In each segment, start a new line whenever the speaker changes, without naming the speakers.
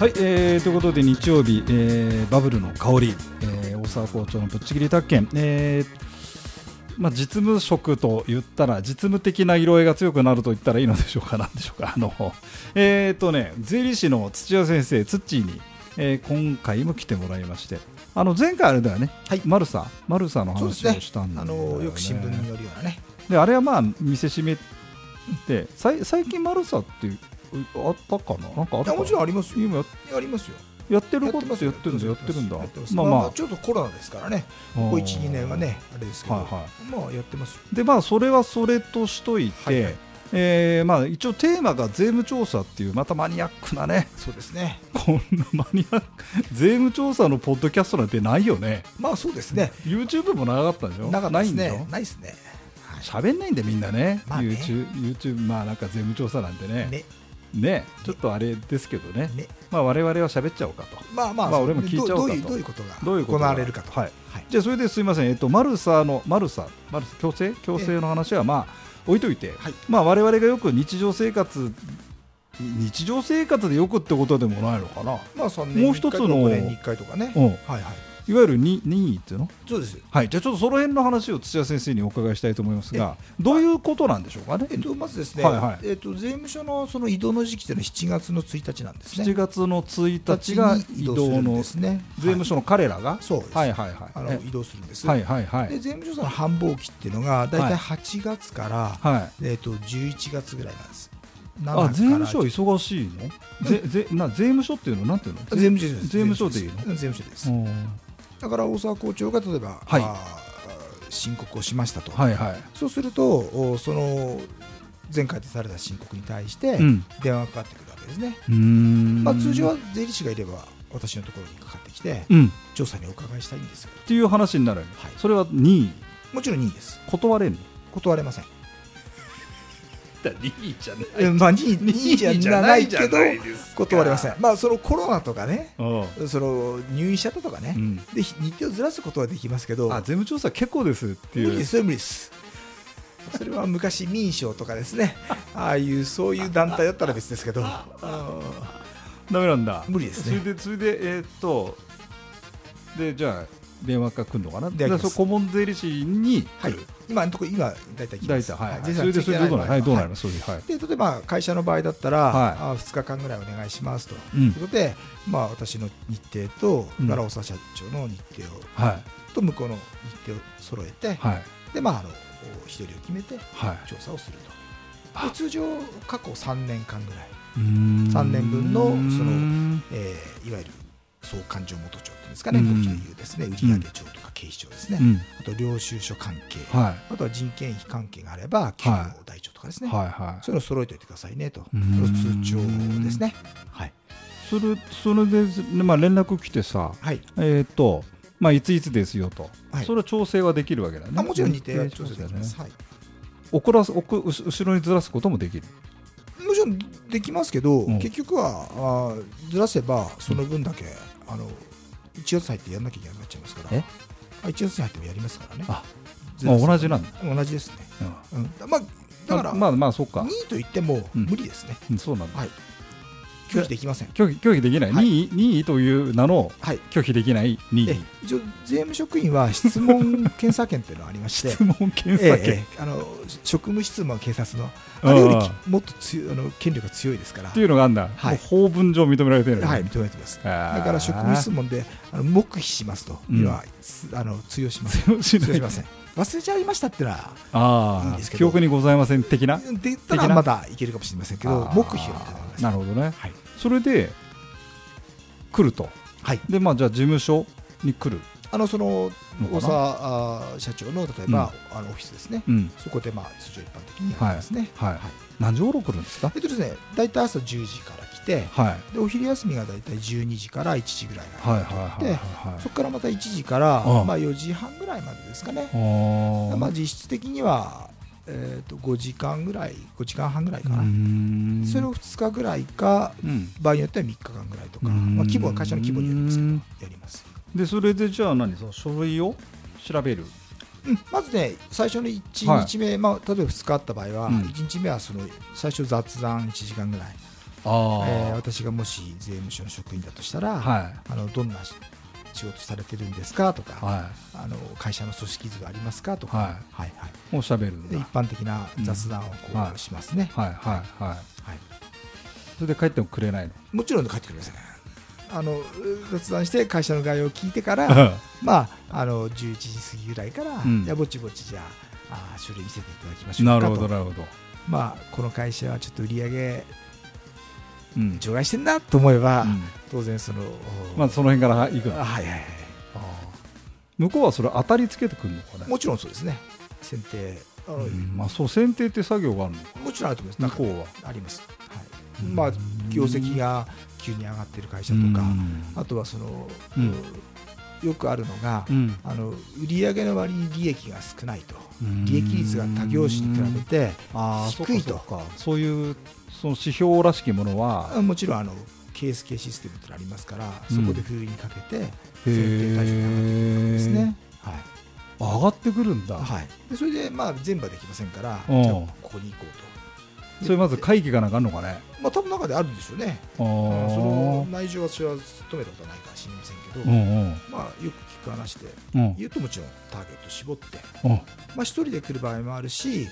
はい、えー、ということで日曜日、えー、バブルの香り、えー、大沢校長のぶっちぎり宅建、えーまあ、実務職と言ったら実務的な色合いが強くなると言ったらいいのでしょうか、なんでしょうか、あのえーとね、税理士の土屋先生、ツッチーに、えー、今回も来てもらいまして、あの前回、あれだよね、はい、マルサ、マルサの話をしたんだ
よ、ね,、ねあのよく新聞によるようなね。
であれはまあ見せしめて、さい最近、マルサってあったかな、なんかあった
もちろんありますよ、
今や
やりますよ。
やってることやってるんだやってるんだ
まあまあちょっとコロナですからねここ12年はねあれですけど、はいはい、まあやってます
でまあそれはそれとしといて、はいはい、えー、まあ、一応テーマが税務調査っていうまたマニアックなね
そうですね
こんなマニアック税務調査のポッドキャストなんてないよね
まあそうですね
YouTube も長かったでしょ
長
かった
ですねないですね
喋んないんでみんなね,、まあ、ね YouTube, まあなんか税務調査なんてね,ねね、ちょっとあれですけどね、ねまあ、我々は喋っちゃおうかと、
まあまあ、
まあ、俺も聞いちゃおうかと、
どういうことが行われるかと、
はいはい、じゃあそれですみません、えっと、マルサの、マルサ、マルサ強制強制の話は、まあ、置いといて、はいまあ、我々がよく日常生活、日常生活でよくってことでもないのかな、
まあ、3年もう一つの、年に1回とかね、
うんはいはい、いわゆる任意っていうの
そうです、
はい、じゃあちょっとその辺の話を土屋先生にお伺いしたいと思いますが、どういうことなんでしょうかね、
えっと、まずですね、はいはい、えっと、税務署のその移動の時期というのは7月の1日なんですね。
7月の1日が移動の、ね、税務署の彼らが、はい、
そうです、
はいはいはい、あ
の移動するんです、
はいはいはい、
で税務署さんの繁忙期っていうのが、大体8月から、はいえっと、11月ぐらいなんです。
あ税務署忙しいの、うん、ぜな税務署っていうのなんていうの
税務署です
税務署でいいの
税務署ですだから大沢校長が例えば、はい、申告をしましたと、
はいはい、
そうするとその前回出された申告に対して電話がかかってくるわけですね、うん、まあ、通常は税理士がいれば私のところにかかってきて、うん、調査にお伺いしたいんです
っていう話になる、はい、それは任意
もちろん任意です
断れるの
断れません
った2じゃない。
まあ2位じゃないけど断れません。まあそのコロナとかね、その入院しちゃったとかね、うん、で日程をずらすことはできますけど、
あ税務調査結構ですっていう。
無理です、無理です。それは昔民商とかです ね、ああいうそういう団体だったら別ですけど、
だめなんだ。
無理ですね。
それでそれでえー、っとでじゃあ。電話が来るのかな、でそ顧問税理士に、、
はい、今のところ、今、大体来ます
はい、それでそれどうなる、はい、どうなるの、それ
で、例えば会社の場合だったら、はあ2日間ぐらいお願いしますと、いうことで、まあ、私の日程と、奈良尾社長の日程を、はい、と向こうの日程を揃えて、はいでまあ、あの日取りを決めて、調査をすると、で通常、過去3年間ぐらい、3年分のその、えー、いわゆる総勘定元帳ですかね、時でいうですね、売上帳とか警視庁ですね、あと領収書関係、あとは人件費関係があれば、給与台帳とかですね、そういうのを揃えておいてくださいねと、通帳ですね。はい、
それそれで、まあ、連絡来てさ、はいえーとまあ、いついつですよと、それは調整はできるわけだね。
もちろん日程は調整できます。はい
怒らす後後ろにずらすこともできる
もちろんできますけど、結局はあずらせばその分だけ、あの1月入ってやらなきゃいけなくなっちゃいますから、1月に入ってもやりますからね。
あまあ、同じなんだ
同じですね。うんまあ、だから、
まあまあ、そうか
2位と言っても無理ですね。
うんそうなんだ、はい
拒否できません
拒否拒否できない、は任意任意という名の拒否できない任意
一応税務職員は質問検査権というのがありまして
質問検査権、
あの職務質問警察のあれよりもっとつあの権力が強いですから
というのがあるんだ、はい、法文上認められてる
はい認めてますだから職務質問であの黙秘しますというのは、あの 通用しません通用しません忘れちゃいましたってのは
記憶にございません的な
でたらまだいけるかもしれませんけど黙秘は認め
なるほどね、はい、それで来ると、はいでまあ、じゃあ事務所に来る
あのその大沢社長の例えば、あのオフィスですね、うん、そこで、まあ、通常一般的にやりますね、
はい何時頃来るんですか、
えっとですね、大体朝10時から来て、はい、でお昼休みが大体12時から1時ぐらいまで、はいはい、そこからまた1時から、まあ、4時半ぐらいまでですかね、まあ、実質的にはえー、と5時間ぐらい5時間半ぐらいかなそれを2日ぐらいか、場合によっては3日間ぐらいとか、まあ、規模は会社の規模によりますけどやります
でそれでじゃあ何その書類を調べる、、
うん、まずね最初の1日目、まあ、例えば2日あった場合は、1日目はその最初雑談1時間ぐらいあえー、私がもし税務署の職員だとしたら、はい、あのどんな仕事されてるんですかとか、はい、あの会社の組織図がありますかとか、はいはいはい
おしゃべる
一般的な雑談をこう、うん、しますね、
はい、はいはいはいはいそれで帰ってもくれないの
もちろん帰ってくれませんあの雑談して会社の概要を聞いてからまああの11時過ぎぐらいから、うん、いやぼちぼちじゃああ書類見せていただきましょう
なるほどなるほど
まあこの会社はちょっと売り上げうん、除外してんなと思えば、うん、当然その、
まあ、その辺からいく
はいはいはい
向こうはそれ当たりつけてくるのかね
もちろんそうですね選定
あの、うん、まあ、そう選定って作業があるのか
もちろんあると思います
向こうは
あります、はいまあ、業績が急に上がってる会社とかあとはその、よくあるのが、あの売上の割に利益が少ないと利益率が他業種に比べて低いと
そういうその指標らしきものは
もちろんあのケース系システムってありますから、うん、そこでふうにかけて設定対象に上がってくるんですね、はい、
上がってくるんだ、
はい、でそれでまあ全部はできませんからじゃあここに行こう
とそれまず会議がなんかあるのかね
まあ多分中であるんでしょうねその内情は私は務めたことないから知りませんけど、うんうん、まあ、よく聞く話で、うん、言うともちろんターゲット絞って、うん、まあ、1人で来る場合もあるし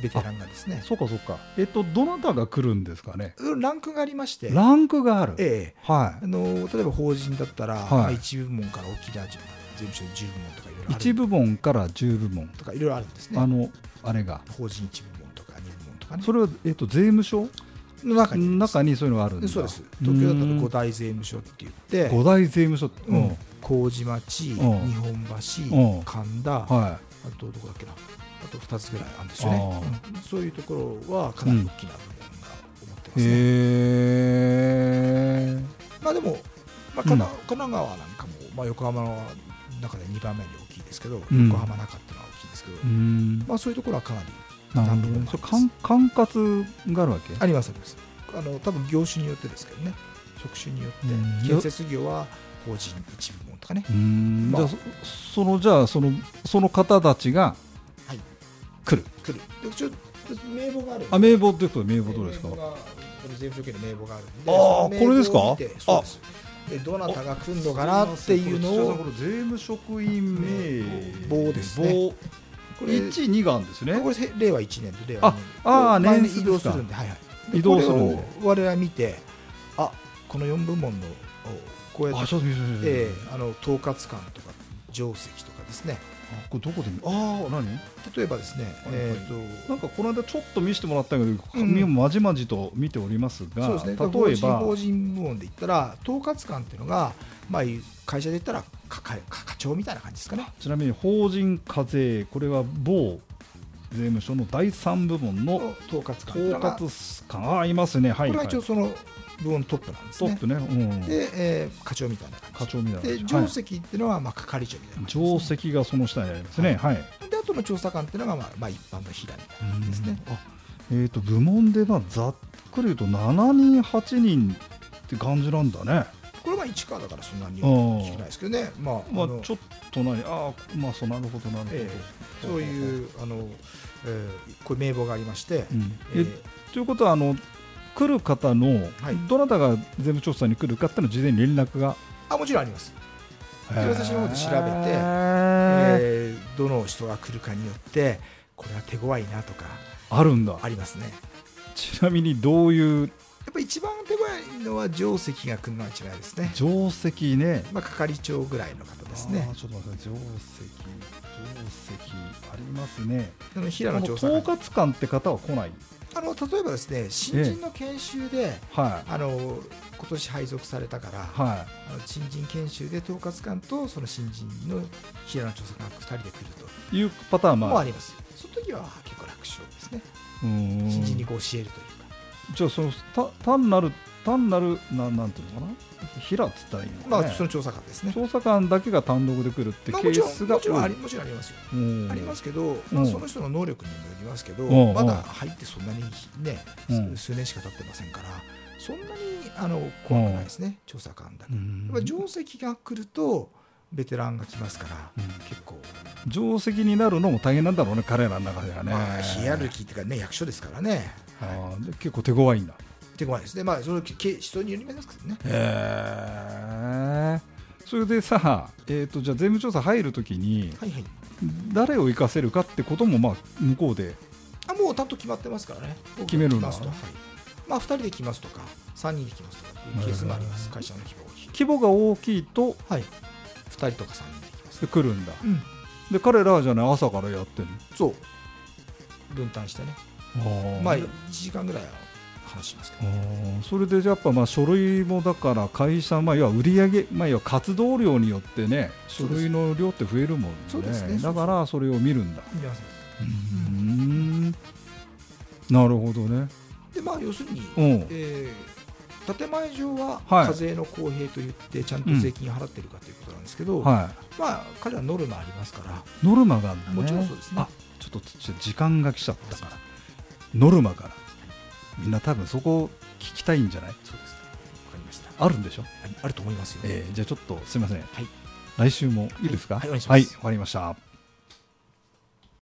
ベテランがですね。
そうかそうか。えっとどなたが来るんですかね。
ランクがありまして。
ランクがある。
え。
え。はい
あの例えば法人だったら、はい、一部門から沖縄税務署十部門とかいろいろ
一部門から十部門
とかいろいろあるんですね。
あのあれが。
法人一部門とか二部門とかね。
それはえっと税務署
の中に
中にそういうのがあるんだ。
そうです。東京だったら五大税務署って言って。
五大税務署。
うん。麹町、日本橋、神田、はい、あとどこだっけな。あと2つぐらいあるんですよね、うん、そういうところはかなり大きな部分が思ってますね。
うん、
まあ、でも、まあ、神奈川なんかも、まあ、横浜の中で2番目に大きいですけど、うん、横浜中っていうのは大きいんですけど、まあ、そういうところはかなり
何部も管轄があるわけ
ありますありますあの多分業種によってですけどね職種によって建設業は法人一部門とかね、
まあ、じゃあそのじゃあそのその方たちが来る
来るでちょ名簿がある
あ名簿ってこと名簿どうですかこ
の税務署系の名簿があるん
であこれですか
あでどなたが来るのかなっていうのを
税務職員名
簿ですね
これ1、2があるんですね
これ令和1年と令和2年
ああ年、
移動するんで,、はいはい
移動するんで
我々見てあこの4部門のこうやってあ、えー、あの統括官とか定石とかですね
あこれどこで見あ何
例えばですね、えー、
となんかこの間ちょっと見せてもらったけど、うまじまじと見ておりますが、
そうですね、例えば法人部門で言ったら統括官っていうのが、まあ、会社で言ったら課課長みたいな感じですかね
ちなみに法人課税これは某税務署の第3部門の
統括
官統括官あいますねはい
これは一応その部門トップなんです
ねトップね、うん、
で、えー、課長みたいな
課長みたいな
で定石っていうのは、まあ、係長みたいな、
定石がその下にありますねはい、はい
で後の調査官っていうのが、まあ、まあ一般の平みたいなですね。
えー、と部門でまあざっくり言うと7人8人って感じなんだね。
これは1かだからそんなに聞けないですけどね。あま
あ、まあちょっとないああまあそうなるほどなるほど、え
ー、そういうあの、えー、これ名簿がありまして。うん、
えー、ということはあの来る方の、どなたが税務調査に来るかっていうのは事前に連絡が
あもちろんあります。で私の方で調べて、えー、どの人が来るかによってこれは手強いなとか
あるんだ
ありますね
ちなみにどういう
やっぱ一番手強いのは定石が来るのは一番ですね
定石ね、
まあ、係長ぐらいの方ですね
ちょっと待って定石定石ありますね
あの平野
調査統括官って方は来ない
あの例えばですね新人の研修で、はい、あの今年配属されたから、はい、あの新人研修で統括官とその新人の平野調査官2人で来る
というパターンも
ありますその時は結構楽勝ですね新人にこう教えるというか
じゃあそのた単なる単なるななんていうのかな平っつったらいいのか、ね、
まあその調査官ですね
調査官だけが単独で来るってケースが
もちろんありもちろんありますよありますけど、まあ、その人の能力にもよりますけどまだ入ってそんなにね数年しか経ってませんからそんなにあの怖くないですね、調査官だけ。やっ定石が来るとベテランが来ますから、結構
定石になるのも大変なんだろうね彼らの中ではね、
まあ、ヒアルキーっていうかね役所ですからね、
はい、結構手強いんだ
手強いですね、まあ、その人によりますけどね。
へそれでさ、えーと、とじゃあ税務調査入るときに、はいはい、誰を生かせるかってことも、まあ、向こうで
あもう担当決まってますからね、
決めるんだ、はい
まあ、2人で来ますとか、3人で来ますとかケースもあります、会社の規模が大きい。
規模が大きいと、
はい、2人とか3人で来ます、
ね、来るんだ、うん、で彼らはじゃない朝からやってる
そう分担してねまあ1時間ぐらいは話しますけど、ね、
それでやっぱまあ書類もだから会社、まあ、要は売上、まあ、要は活動量によってね書類の量って増えるもんねそうですねだからそれを見るんだ
見ます
うんなるほどね
でまあ要するに、うえー、建前上は課税の公平といってちゃんと税金払ってるかということなんですけど、うんはい、まあ彼はノルマありますから
ノルマがあるん
だ、ね、もちろんそうですね
ちょっと時間が来ちゃったからノルマからみんな多分そこ聞きたいんじゃない
そうですねわかりました
あるんでしょ
あると思いますよ、
えー、じゃあちょっとすみません、
はい、
来週もいいですか
はい、
はい、わ、はい、かりました